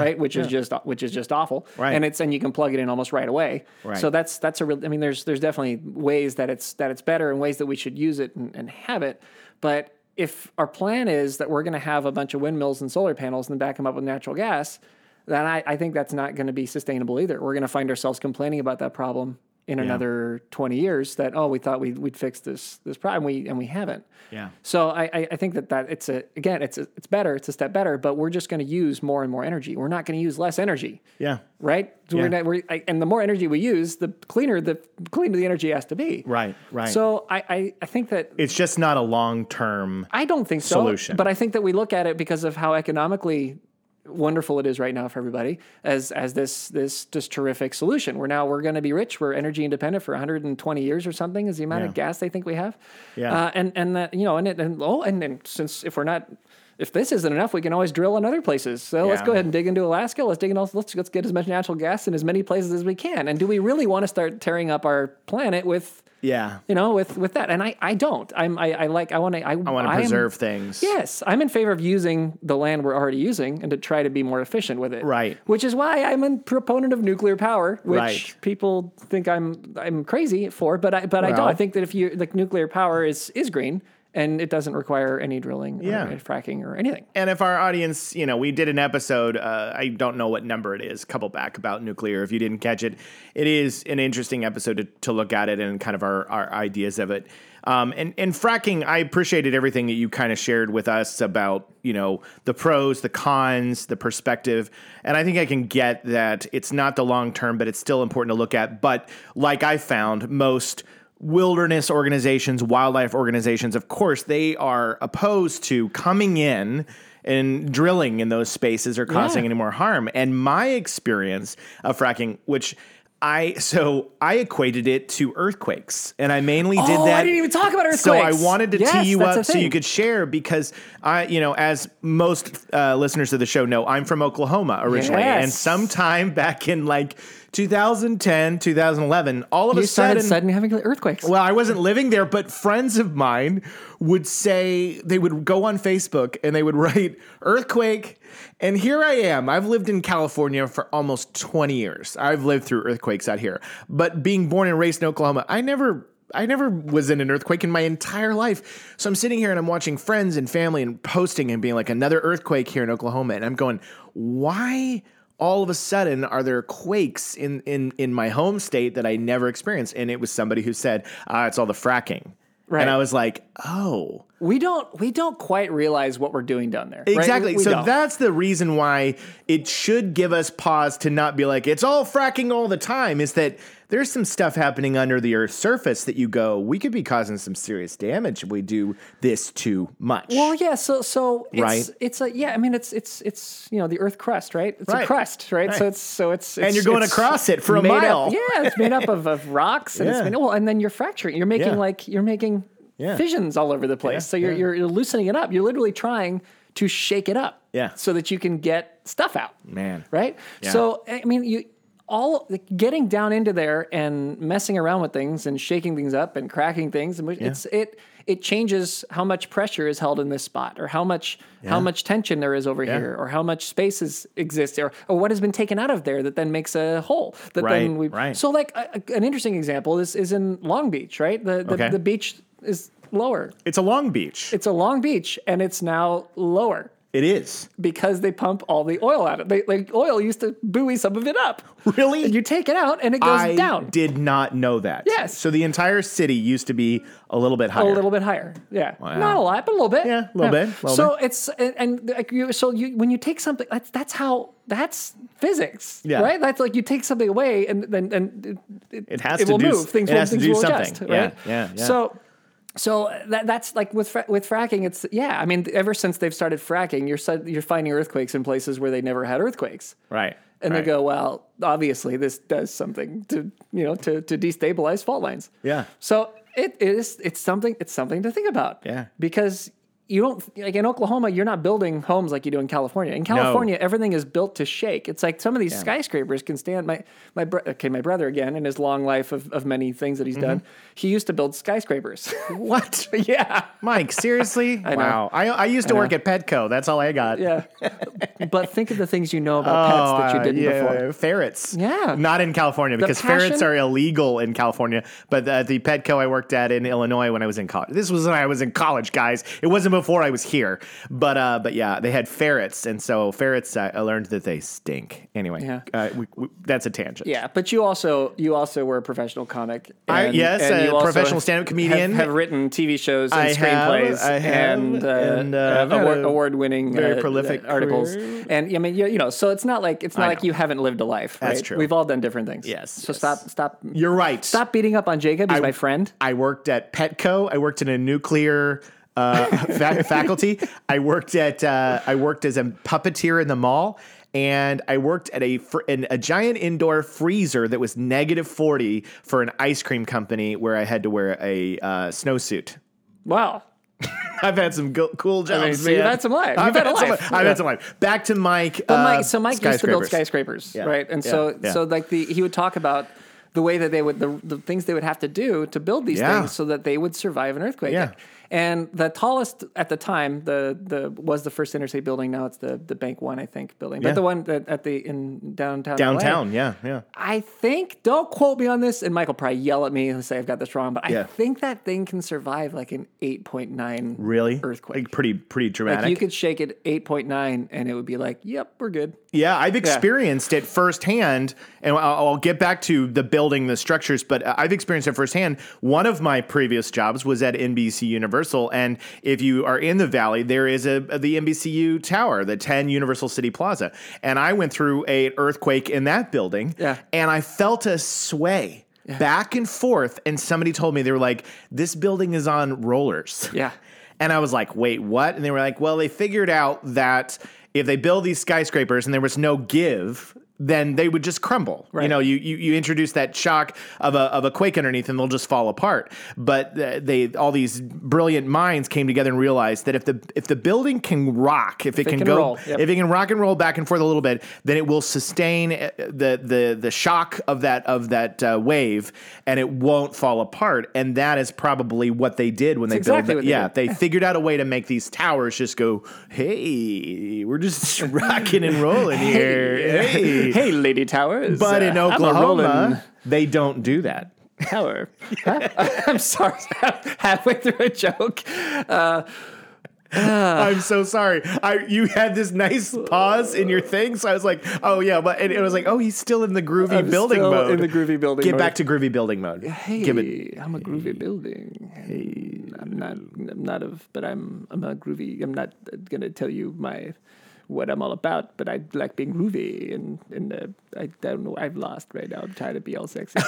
S2: Right. Which is just which is just awful.
S3: Right.
S2: And it's and you can plug it in almost right away.
S3: Right.
S2: So that's that's a real. I mean, there's there's definitely ways that it's that it's better and ways that we should use it and, and have it, but. If our plan is that we're going to have a bunch of windmills and solar panels and back them up with natural gas, then I, I think that's not going to be sustainable either. We're going to find ourselves complaining about that problem in another 20 years that, oh, we thought we'd, we'd fix this, this problem we, and we haven't.
S3: Yeah.
S2: So I, I, I think that that it's a again it's a, it's better it's a step better, but we're just going to use more and more energy. We're not going to use less energy,
S3: Yeah.
S2: right? So We're
S3: Yeah.
S2: not, we're, I, and the more energy we use, the cleaner the cleaner the energy has to be.
S3: Right. Right.
S2: So I, I, I think that
S3: it's just not a long term.
S2: I don't think so.
S3: Solution.
S2: But I think that we look at it because of how economically wonderful it is right now for everybody as as this this just terrific solution. We're now we're going to be rich. We're energy independent for 120 years or something is the amount
S3: Yeah.
S2: of gas they think we have.
S3: Yeah.
S2: Uh, and and that you know and it, and oh and, and since if we're not if this isn't enough, we can always drill in other places. So let's
S3: Yeah.
S2: go ahead and dig into Alaska. Let's dig in. Also, let's let's get as much natural gas in as many places as we can. And do we really want to start tearing up our planet with
S3: Yeah.
S2: you know with with that? And I I don't. I'm I, I like I want to I
S3: I want to preserve things.
S2: Yes, I'm in favor of using the land we're already using and to try to be more efficient with it.
S3: Right.
S2: Which is why I'm a proponent of nuclear power, which
S3: Right.
S2: people think I'm I'm crazy for, but I but I don't.
S3: Well-
S2: I think that if you like nuclear power is is green and it doesn't require any drilling
S3: Yeah.
S2: or fracking or anything.
S3: And if our audience, you know, we did an episode, uh, I don't know what number it is, couple back about nuclear. If you didn't catch it, it is an interesting episode to, to look at it and kind of our, our ideas of it. Um, and, and fracking, I appreciated everything that you kind of shared with us about, you know, the pros, the cons, the perspective. And I think I can get that it's not the long term, but it's still important to look at. But like I found, most wilderness organizations, wildlife organizations, of course, they are opposed to coming in and drilling in those spaces or causing
S2: Yeah.
S3: any more harm. And my experience of fracking, which I so I equated it to earthquakes, and I mainly did
S2: Oh, I
S3: that.
S2: didn't even talk about
S3: So I
S2: earthquakes.
S3: wanted to
S2: Yes,
S3: tee you
S2: that's
S3: up
S2: a
S3: so you
S2: thing.
S3: could share because I, you know, as most uh, listeners of the show know, I'm from Oklahoma originally,
S2: Yes.
S3: and sometime back in like 2010, 2011, all of a
S2: You started
S3: sudden,
S2: suddenly having earthquakes.
S3: well, I wasn't living there, but friends of mine would say they would go on Facebook and they would write earthquake. And here I am. I've lived in California for almost 20 years. I've lived through earthquakes out here. But being born and raised in Oklahoma, I never I never was in an earthquake in my entire life. So I'm sitting here and I'm watching friends and family and posting and being like another earthquake here in Oklahoma and I'm going, "Why all of a sudden are there quakes in in in my home state that I never experienced and it was somebody who said ah, it's all the fracking
S2: Right.
S3: and I was like oh
S2: we don't we don't quite realize what we're doing down there. right?
S3: exactly
S2: We- we
S3: so
S2: don't.
S3: that's the reason why it should give us pause to not be like it's all fracking all the time is that there's some stuff happening under the earth's surface that you go we could be causing some serious damage if we do this too much
S2: Well, yeah. So, so it's,
S3: Right.
S2: It's a yeah. I mean, it's it's it's you know the Earth crust, right? It's
S3: Right.
S2: a crust, right? So
S3: Right.
S2: it's so it's,
S3: And
S2: it's-
S3: you're going
S2: it's
S3: across it for a
S2: made up-
S3: mile.
S2: yeah, it's made up of, of rocks, and
S3: Yeah.
S2: it's made, well, and then you're fracturing. You're making
S3: Yeah.
S2: like you're making
S3: Yeah.
S2: fissions all over the place.
S3: Yeah,
S2: So you're,
S3: yeah.
S2: you're you're loosening it up. You're literally trying to shake it up,
S3: Yeah.
S2: so that you can get stuff out,
S3: Man.
S2: Right. So I mean, you all like, getting down into there and messing around with things and shaking things up and cracking things and which- it's it it changes how much pressure is held in this spot or how much how much tension there is over here or how much space is, exists or, or what has been taken out of there that then makes a hole that then
S3: Right,
S2: we
S3: right.
S2: so like a, a- an interesting example is is in Long Beach right the the,
S3: Okay.
S2: the beach is lower
S3: It's a long beach.
S2: it's a long beach and it's now lower
S3: It is.
S2: because they pump all the oil out of it. They, like oil used to buoy some of it up.
S3: Really?
S2: You take it out and it goes
S3: I
S2: down
S3: did not know that.
S2: Yes.
S3: So the entire city used to be a little bit
S2: a
S3: higher.
S2: little bit higher. Yeah, not a lot, but a little bit.
S3: Yeah, a little bit, a little
S2: so it's and, and like you, so you when you take something that's that's how that's physics.
S3: Yeah.
S2: Right. That's like you take something away and then and it,
S3: It has
S2: it will
S3: to do s-
S2: move. Things
S3: it
S2: will,
S3: has to
S2: things
S3: do
S2: will
S3: something.
S2: adjust. Right?
S3: Yeah, yeah, yeah.
S2: So. So that, that's like with fra- with fracking, it's yeah. I mean, ever since they've started fracking, you're sud- you're finding earthquakes in places where they never had earthquakes.
S3: Right.
S2: and
S3: right.
S2: they go, "Well, obviously this does something to you know to to destabilize fault lines."
S3: Yeah.
S2: So it is it's something it's something to think about.
S3: Yeah.
S2: Because you don't like in Oklahoma, you're not building homes like you do in California. In California, everything is built to shake. It's like some of these skyscrapers can stand. My my bro- okay, my brother again in his long life of of many things that he's done,
S3: Mm-hmm.
S2: he used to build skyscrapers.
S3: What?
S2: yeah.
S3: Mike, seriously? wow. I, I used to work at Petco. That's all I got.
S2: Yeah. but think of the things you know about pets that you
S3: uh,
S2: didn't
S3: yeah,
S2: before.
S3: Ferrets.
S2: Yeah.
S3: Not in California because ferrets
S2: passion-
S3: are illegal in California. But at the Petco I worked at in Illinois when I was in college. This was when I was in college, guys. It wasn't before I was here. But uh, but yeah, they had ferrets, and so ferrets. Uh, I learned that they stink. Anyway,
S2: Yeah.
S3: uh, we, we, that's a tangent.
S2: Yeah, but you also you also were a professional comic.
S3: I- yes, a
S2: you also
S3: professional
S2: have-
S3: stand-up comedian.
S2: Have, have written TV shows and
S3: I have,
S2: screenplays
S3: I have,
S2: and, uh,
S3: and, uh, I've had
S2: award,
S3: a
S2: award-winning,
S3: very
S2: uh,
S3: prolific
S2: articles.
S3: career.
S2: And I mean, you, you know, so it's not like it's not like you haven't lived a life.
S3: That's
S2: right?
S3: true.
S2: We've all done different things.
S3: Yes,
S2: So
S3: yes.
S2: stop, stop,
S3: You're right.
S2: stop beating up on Jacob. He's my friend.
S3: I worked at Petco. I worked in a nuclear uh, fa- faculty. I worked at uh, I worked as a puppeteer in the mall, and I worked at a fr- in a giant indoor freezer that was negative forty for an ice cream company where I had to wear a uh, snowsuit.
S2: Wow.
S3: I've had some go- cool jobs.
S2: mean, so you've
S3: man.
S2: had some life.
S3: I've
S2: You've had
S3: had,
S2: a
S3: some
S2: life.
S3: life. I've
S2: Yeah.
S3: had some life. Back to Mike.
S2: But
S3: uh,
S2: Mike, so Mike used to build
S3: skyscrapers.
S2: skyscrapers,
S3: Yeah.
S2: right? And
S3: Yeah.
S2: so,
S3: Yeah.
S2: so like the he would talk about the way that they would the, the things they would have to do to build these
S3: Yeah.
S2: things so that they would survive an earthquake.
S3: Yeah.
S2: And the tallest at the time, the the was the first interstate building. Now it's the the Bank One, I think, building, but
S3: Yeah.
S2: the one that at the in downtown. LA.
S3: Downtown. Yeah, yeah.
S2: I think don't quote me on this, and Michael probably yell at me and say I've got this wrong, but I
S3: Yeah.
S2: think that thing can survive like an eight point nine
S3: Really?
S2: earthquake.
S3: Like pretty, pretty dramatic.
S2: Like you could shake it eight point nine, and it would be like, yep, we're good.
S3: Yeah, I've experienced it firsthand, and I'll, I'll get back to the building, the structures, but uh, I've experienced it firsthand. One of my previous jobs was at NBC Universal, and if you are in the Valley, there is a the NBCU Tower, the 10 Universal City Plaza, and I went through a earthquake in that building,
S2: Yeah.
S3: and I felt a sway. Back and forth, and somebody told me they were like, "This building is on rollers."
S2: Yeah.
S3: And I was like, wait, what? And they were like, well, they figured out that if they build these skyscrapers and there was no give, then they would just crumble. You know, you, you you introduce that shock of a of a quake underneath, and they'll just fall apart. But uh, they all these brilliant minds came together and realized that if the if the building can rock, if, it, can,
S2: can
S3: go,
S2: roll, yep.
S3: if it can rock and roll back and forth a little bit, then it will sustain uh, the the the shock of that of that uh, wave, and it won't fall apart. And that is probably what they did when they
S2: It's
S3: built.
S2: exactly
S3: the-
S2: what they
S3: yeah,
S2: did.
S3: they figured out a way to make these towers just go, hey, we're just rocking and rolling here. Hey.
S2: Hey, Lady Towers.
S3: But
S2: uh, I'm
S3: in
S2: a rolling
S3: Oklahoma, they don't do that.
S2: tower. Huh? I'm sorry. Halfway through a joke. Uh,
S3: I'm so sorry. I you had this nice pause in your thing, so I was like, oh yeah, but and it was like, oh, he's still in the groovy
S2: I'm
S3: building
S2: still
S3: mode.
S2: in the groovy building
S3: Get
S2: mode.
S3: back to groovy building mode.
S2: hey,
S3: Give it.
S2: I'm a groovy building. Hey, I'm not. I'm not of. But I'm. I'm a groovy. I'm not gonna tell you my what I'm all about. But I like being groovy, and and uh, I don't know. I've lost right now. I'm trying to be all sexy.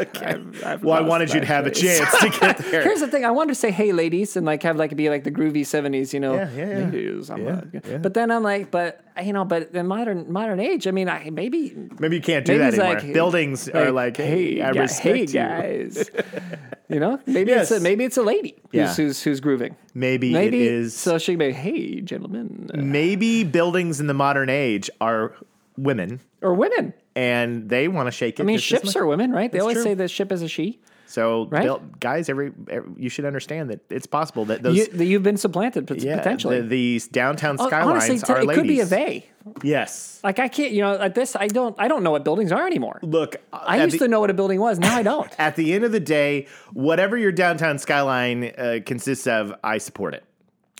S2: Okay.
S3: Well, I wanted you to have a chance to get there.
S2: Here's the thing: I wanted to say "Hey, ladies" and like have like be like the groovy '70s, you know,
S3: Yeah, yeah, yeah.
S2: ladies. I'm
S3: Yeah,
S2: a-
S3: yeah.
S2: But then I'm like, but you know, but in modern modern age, I mean, I maybe
S3: Maybe you can't do
S2: Maybe
S3: that
S2: it's
S3: anymore.
S2: like-
S3: Buildings are like, hey, I
S2: guy-
S3: respect
S2: hey,
S3: you.
S2: guys. you know, maybe it's
S3: Yes.
S2: a, maybe it's a lady
S3: Yeah.
S2: who's, who's who's grooving.
S3: Maybe,
S2: Maybe
S3: it is. Mm.
S2: so she can be, hey, gentlemen,
S3: maybe buildings in the modern age are women.
S2: or women.
S3: and they want to shake it.
S2: I mean,
S3: just as
S2: ships
S3: much.
S2: are women, right? They always
S3: true.
S2: say the ship is a she.
S3: so
S2: right?
S3: they'll- guys. Every, every you should understand that it's possible that those
S2: You, that you've been supplanted pot-
S3: yeah,
S2: potentially.
S3: the, these downtown
S2: Oh,
S3: skylines
S2: Honestly,
S3: are
S2: it
S3: ladies.
S2: could be a they.
S3: Yes,
S2: Like I can't, you know, at this I don't, I don't know what buildings are anymore.
S3: look.
S2: I used to know what a building was. Now I don't.
S3: At the end of the day, whatever your downtown skyline uh, consists of, I support it.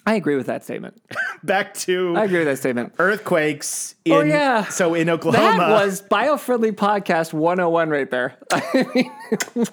S2: I agree with that statement.
S3: Back to
S2: I agree with that statement.
S3: earthquakes. In,
S2: Oh, yeah.
S3: So in Oklahoma,
S2: That was biofriendly podcast 101 right there. I mean,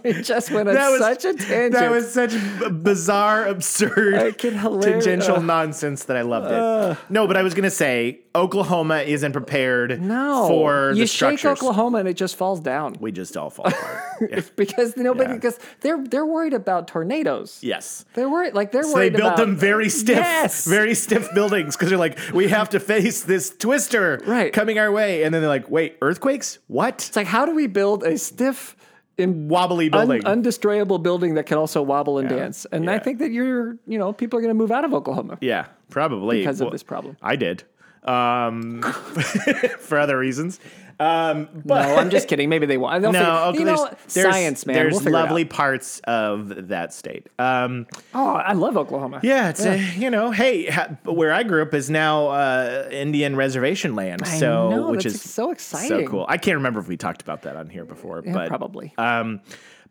S2: we just went on
S3: That was-
S2: such a tangent.
S3: That was such b- bizarre, absurd,
S2: Fucking hilarious.
S3: tangential nonsense that I loved it. no, but I was gonna say Oklahoma isn't prepared
S2: no.
S3: for
S2: you
S3: the
S2: shake
S3: structures.
S2: Oklahoma and it just falls down
S3: We just all fall apart. Yeah.
S2: because nobody
S3: Yeah.
S2: because they're they're worried about tornadoes.
S3: Yes.
S2: They're worried like they're
S3: So they
S2: worried
S3: built
S2: about
S3: them very stiff,
S2: Yes.
S3: very stiff buildings because they're like, we have to face this twister
S2: Right.
S3: coming our way, and then they're like, wait, earthquakes? What?
S2: It's like how do we build a stiff in
S3: Wobbly building.
S2: Un- undestroyable building that can also wobble and
S3: Yeah.
S2: dance. And I
S3: Yeah.
S2: think that you're, you know, people are going to move out of Oklahoma.
S3: Yeah, probably
S2: Because of this problem.
S3: I did, um, for other reasons. Um, but
S2: No, I'm just kidding. Maybe they won't. They'll figure-
S3: no, okay,
S2: you know,
S3: there's, there's-
S2: science, man.
S3: There's
S2: We'll figure it
S3: lovely
S2: out.
S3: parts of that state. Um,
S2: Oh, I love Oklahoma.
S3: yeah, it's uh you know, hey, ha- where I grew up is now uh, Indian reservation land.
S2: I
S3: so,
S2: know,
S3: which
S2: that's
S3: is
S2: so exciting.
S3: cool. I can't remember if we talked about that on here before,
S2: Yeah,
S3: but
S2: probably.
S3: Um,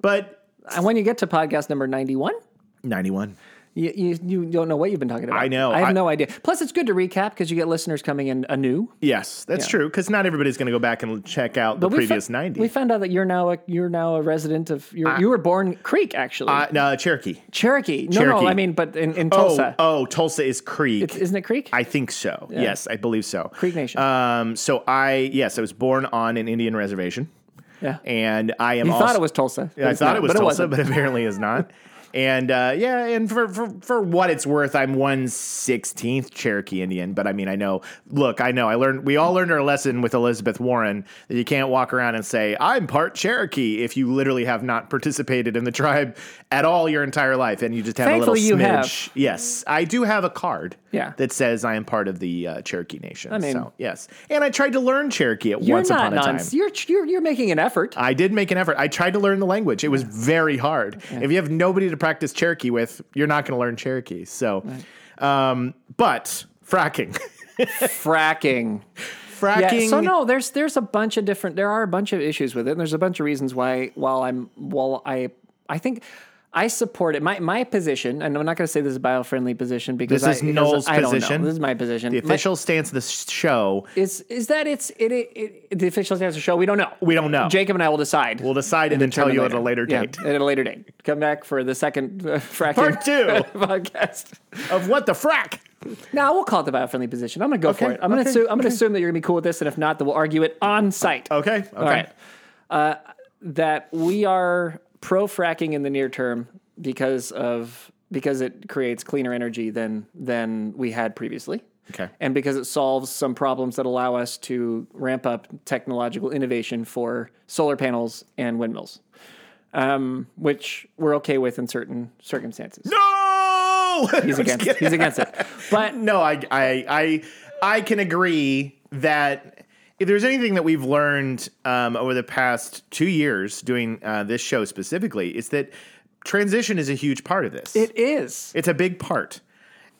S3: but
S2: and when you get to podcast number 91,
S3: 91.
S2: you, you, you don't know what you've been talking about.
S3: I know.
S2: I have
S3: I-
S2: no idea. Plus, it's good to recap because you get listeners coming in anew.
S3: Yes, that's
S2: Yeah.
S3: true. Because not everybody's going to go back and check out the
S2: But we
S3: previous
S2: fo-
S3: 90.
S2: We found out that you're now a, you're now a resident of you're, you were born Creek actually
S3: uh, no, Cherokee.
S2: Cherokee. No,
S3: Cherokee.
S2: no, I mean, but in, in Tulsa,
S3: Oh, oh, Tulsa is Creek.
S2: It's- isn't it Creek?
S3: I think so. Yes, I believe so.
S2: Creek Nation.
S3: Um, so I yes, I was born on an Indian reservation,
S2: yeah,
S3: and I am.
S2: you
S3: also,
S2: thought it was Tulsa. but
S3: I
S2: it's
S3: thought
S2: not,
S3: it was
S2: but it
S3: Tulsa,
S2: wasn't.
S3: but apparently is not. And uh, yeah, and for, for for what it's worth, I'm one sixteenth Cherokee Indian. But I mean, I know. Look, I know. I learned. We all learned our lesson with Elizabeth Warren that you can't walk around and say I'm part Cherokee if you literally have not participated in the tribe at all your entire life, and you just have
S2: Thankfully,
S3: a
S2: you
S3: little
S2: have.
S3: smidge. Yes, I do have a card.
S2: Yeah.
S3: that says I am part of the uh, Cherokee Nation.
S2: mean-
S3: so, yes, and I tried to learn Cherokee at
S2: You're
S3: once
S2: not
S3: upon a time.
S2: nonce- You're, you're you're making an effort.
S3: I did make an effort. I tried to learn the language. It was very hard. If you have nobody to practice Cherokee with, you're not going to learn Cherokee. So, um, but fracking,
S2: Fracking. Yeah,
S3: fracking.
S2: so no, there's there's a bunch of different there are a bunch of issues with it, and there's a bunch of reasons why while I'm while I I think I support it. My my position, and I'm not going to say this is a bio-friendly position because
S3: This is
S2: I, because
S3: Noel's
S2: I don't
S3: position.
S2: Know. This is my position.
S3: the official stance of the show.
S2: my, is is that it's it, it, it the official stance of the show. We don't know.
S3: We don't know.
S2: Jacob and I will decide.
S3: We'll decide and then tell you at a later
S2: Yeah,
S3: date
S2: at a later date. Come back for the second uh, fracking
S3: Part two.
S2: podcast.
S3: of what the frack.
S2: No, we'll call it the bio-friendly position. I'm going to go for
S3: Okay,
S2: it. I'm going
S3: okay,
S2: to assume I'm going to assume that you're going to be cool with this, and if not, then we'll argue it on site.
S3: Okay. Okay.
S2: All right. Uh, that we are pro fracking in the near term because of because it creates cleaner energy than than we had previously.
S3: Okay.
S2: And because it solves some problems that allow us to ramp up technological innovation for solar panels and windmills. Um, which we're okay with in certain circumstances.
S3: No.
S2: he's against he's against it. But
S3: no, I, I, I, I can agree that if there's anything that we've learned um, over the past two years doing uh, this show specifically, it's that transition is a huge part of this.
S2: it is.
S3: it's a big part,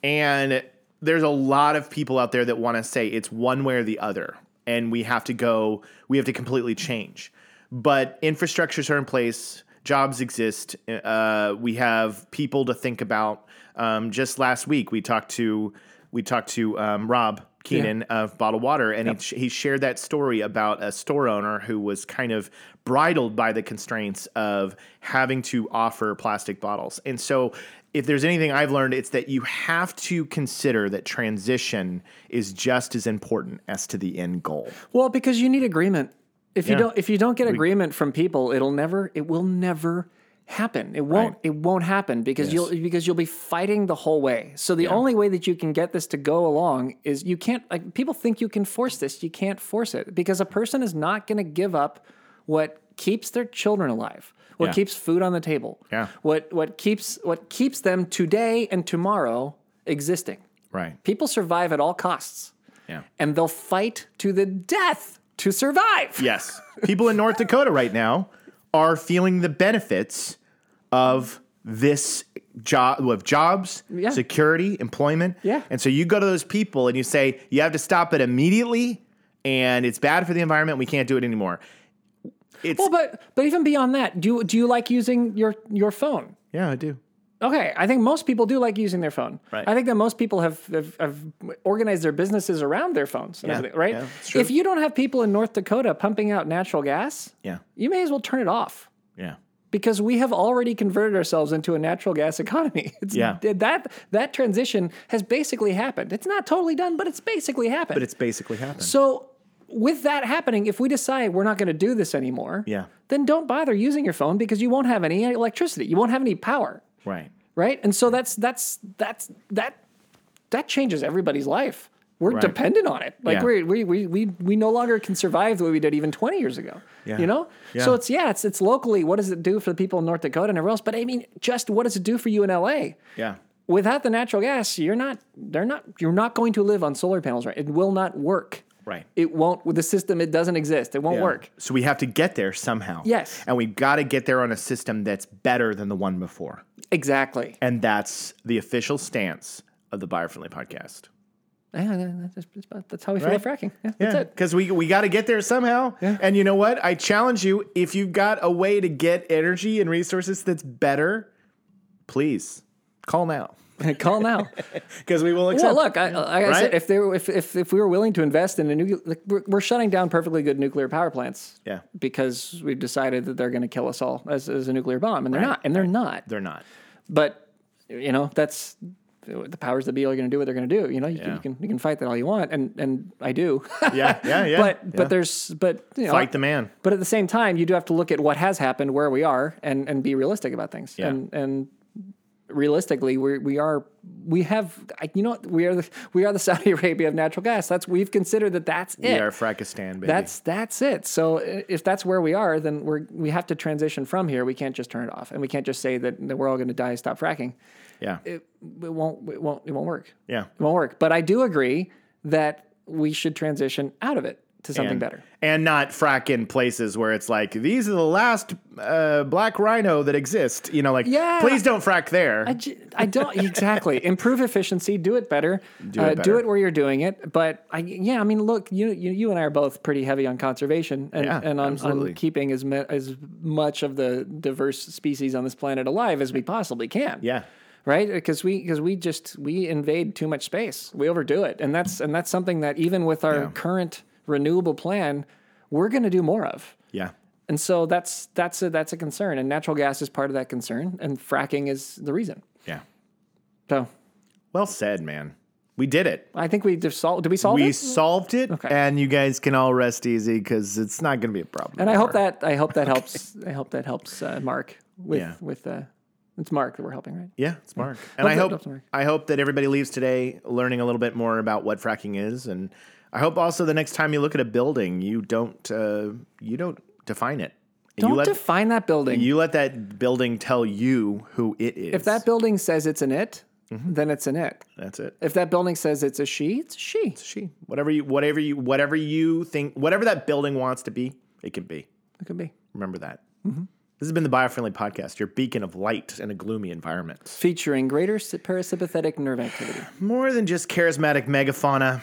S3: and there's a lot of people out there that want to say it's one way or the other, and we have to go, we have to completely change. But infrastructures are in place, jobs exist, uh, we have people to think about. Um, just last week, we talked to we talked to um, Rob Keenan of Bottled Water, and he, he shared that story about a store owner who was kind of bridled by the constraints of having to offer plastic bottles. And so, if there's anything I've learned, it's that you have to consider that transition is just as important as to the end goal.
S2: Well, because you need agreement. If you
S3: Yeah.
S2: don't if you don't get agreement from people, it'll never it will never happen. It won't
S3: Right.
S2: it won't happen because you'll because you'll be fighting the whole way. So the only way that you can get this to go along is you can't like people think you can force this. You can't force it because a person is not going to give up what keeps their children alive. What
S3: Yeah.
S2: keeps food on the table.
S3: Yeah.
S2: What what keeps what keeps them today and tomorrow existing.
S3: Right.
S2: People survive at all costs
S3: Yeah.
S2: and they'll fight to the death to survive.
S3: Yes. People in North Dakota right now are feeling the benefits of this job of jobs,
S2: Yeah.
S3: security, employment.
S2: Yeah.
S3: And so you go to those people and you say, you have to stop it immediately and it's bad for the environment. We can't do it anymore. It's
S2: Well, but but even beyond that, do you- do you like using your your phone?
S3: yeah, I do.
S2: Okay, I think most people do like using their phone.
S3: Right.
S2: I think that most people have, have, have organized their businesses around their phones. And
S3: Yeah,
S2: everything, right?
S3: yeah, it's true.
S2: if you don't have people in North Dakota pumping out natural gas,
S3: Yeah.
S2: you may as well turn it off
S3: Yeah.
S2: because we have already converted ourselves into a natural gas economy. It's,
S3: Yeah.
S2: that that transition has basically happened. It's not totally done, but it's basically happened.
S3: But it's basically happened.
S2: so with that happening, if we decide we're not going to do this anymore,
S3: Yeah.
S2: then don't bother using your phone because you won't have any electricity. You won't have any power
S3: right.
S2: right and so that's that's that's that that changes everybody's life we're
S3: Right.
S2: dependent on it like
S3: Yeah.
S2: we're, we we we we no longer can survive the way we did even 20 years ago
S3: Yeah.
S2: you know
S3: Yeah.
S2: so it's yeah it's it's locally what does it do for the people in north dakota and everywhere else but i mean just what does it do for you in la
S3: Yeah.
S2: without the natural gas you're not they're not you're not going to live on solar panels right it will not work
S3: Right.
S2: it won't with the system it doesn't exist it won't
S3: Yeah.
S2: work
S3: So we have to get there somehow.
S2: Yes.
S3: And we've got to get there on a system that's better than the one before.
S2: exactly
S3: And that's the official stance of the Buyer Friendly Podcast.
S2: yeah, that's, that's about- that's how we feel
S3: Right.
S2: about fracking yeah, that's
S3: Yeah,
S2: it
S3: because we we got to get there somehow. And you know what? I challenge you: if you've got a way to get energy and resources that's better, please call now
S2: call now
S3: because we will accept.
S2: Well, look, I, like I
S3: Right?
S2: said, if they were, if, if if we were willing to invest in a new, like, we're, we're shutting down perfectly good nuclear power plants.
S3: Yeah.
S2: Because we've decided that they're going to kill us all as, as a nuclear bomb, and they're not, and they're not.
S3: they're not.
S2: But you know, that's the powers that be are going to do what they're going to do. You know, you, can,
S3: Yeah.
S2: you can you can fight that all you want, and and I do.
S3: Yeah, yeah, yeah.
S2: but
S3: yeah.
S2: but there's but you know,
S3: fight the man.
S2: But at the same time, you do have to look at what has happened, where we are, and and be realistic about things.
S3: Yeah.
S2: And and realistically, we we are we have I- you know what? we are the we are the Saudi Arabia of natural gas. That's we've considered that that's it.
S3: We are Frakistan, baby.
S2: that's that's it. So i- if that's where we are, then we're we have to transition from here. We can't just turn it off, and we can't just say that, that we're all going to die. Stop fracking.
S3: yeah,
S2: It, it won't it won't it won't work.
S3: yeah.
S2: It won't work. But I do agree that we should transition out of it to something
S3: And-
S2: better.
S3: and not frack in places where it's like these are the last uh, black rhino that exist. You know, like
S2: Yeah.
S3: please don't frack there.
S2: I, ju- I don't exactly improve efficiency, do it better, do
S3: it
S2: do
S3: better.
S2: it where you're doing it. But I, yeah, I mean, look, you you, you and I are both pretty heavy on conservation and,
S3: Yeah,
S2: and on,
S3: absolutely.
S2: on keeping as mu- as much of the diverse species on this planet alive as we possibly can.
S3: yeah,
S2: right. Because we because we just we invade too much space, we overdo it, and that's and that's something that even with our
S3: Yeah.
S2: current renewable plan, we're going to do more of.
S3: yeah,
S2: And so that's that's a that's a concern, and natural gas is part of that concern, and fracking is the reason.
S3: yeah.
S2: So
S3: Well said, man. We did it.
S2: I think we just solved. Did we solve
S3: we
S2: it?
S3: solved it,
S2: Okay.
S3: and you guys can all rest easy because it's not going to be a problem.
S2: And I hope
S3: anymore.
S2: that I hope that helps. I hope that helps uh, Mark with
S3: Yeah.
S2: with uh, it's Mark that we're helping, right?
S3: yeah, it's Mark. And I
S2: that
S3: hope
S2: helps, Mark.
S3: I hope that everybody leaves today learning a little bit more about what fracking is, and I hope also the next time you look at a building, you don't uh, you don't define it. And
S2: Don't
S3: you let
S2: define that building.
S3: you let that building tell you who it is.
S2: if that building says it's an it,
S3: Mm-hmm.
S2: then it's an it.
S3: that's it.
S2: If that building says it's a she, it's a she.
S3: She whatever you whatever you whatever you think whatever that building wants to be, it can be.
S2: It could be
S3: Remember that.
S2: Mm-hmm.
S3: This has been the Biofriendly Podcast, your beacon of light in a gloomy environment.
S2: featuring greater sy- parasympathetic nerve activity.
S3: More than just charismatic megafauna,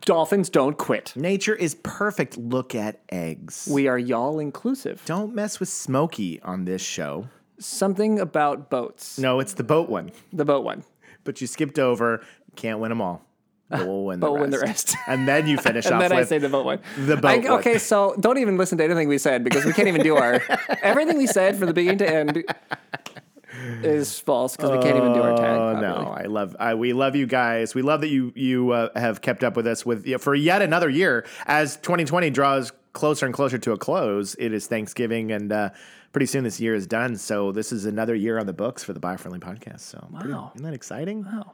S2: Dolphins don't quit.
S3: nature is perfect. Look at eggs.
S2: We are y'all inclusive.
S3: don't mess with Smokey on this show.
S2: Something about boats.
S3: No, it's the boat one,
S2: The boat one.
S3: but you skipped over. Can't win them all. But we'll win the
S2: but
S3: rest.
S2: we'll win the rest.
S3: and then you finish
S2: And
S3: off
S2: then I
S3: with
S2: say the boat one.
S3: the boat
S2: I,
S3: one.
S2: okay, so don't even listen to anything we said because we can't even do our everything we said from the beginning to end is false because we can't even do our tag.
S3: Oh no! I love. I, we love you guys. We love that you you uh, have kept up with us with for yet another year. As 2020 draws closer and closer to a close, it is Thanksgiving, and uh, pretty soon this year is done. So this is another year on the books for the Biofriendly Podcast. So wow,
S2: Wow.
S3: isn't that exciting?
S2: properly.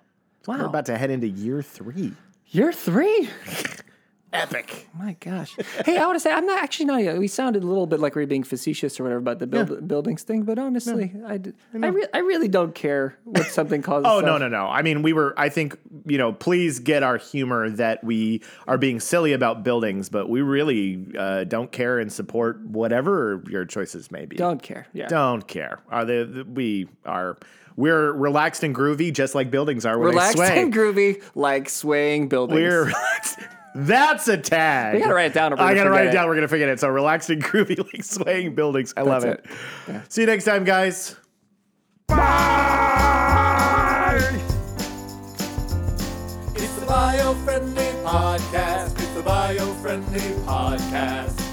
S2: Wow.
S3: We're about to head into year three.
S2: Year three.
S3: epic.
S2: My gosh. Hey, I want to say I'm not actually not. We sounded a little bit like we were being facetious or whatever about the build, buildings thing, but honestly, I d- I, re- I really don't care what something causes.
S3: Oh no no no! I mean, we were. I think you know. Please get our humor that we are being silly about buildings, but we really uh, don't care and support whatever your choices may be.
S2: Don't care. Yeah.
S3: Don't care. Are the, the- we are we're relaxed and groovy, just like buildings are when
S2: Relaxed
S3: they sway.
S2: and groovy, like swaying buildings.
S3: we're relaxed. That's a tag. We
S2: gotta write it down or we're
S3: I
S2: gonna
S3: gotta write
S2: forget
S3: it
S2: it.
S3: down. We're gonna forget it. So relaxed and groovy, like swaying buildings. I love
S2: That's
S3: it. See you next time, guys.
S1: It's the bio friendly podcast. It's the bio friendly podcast.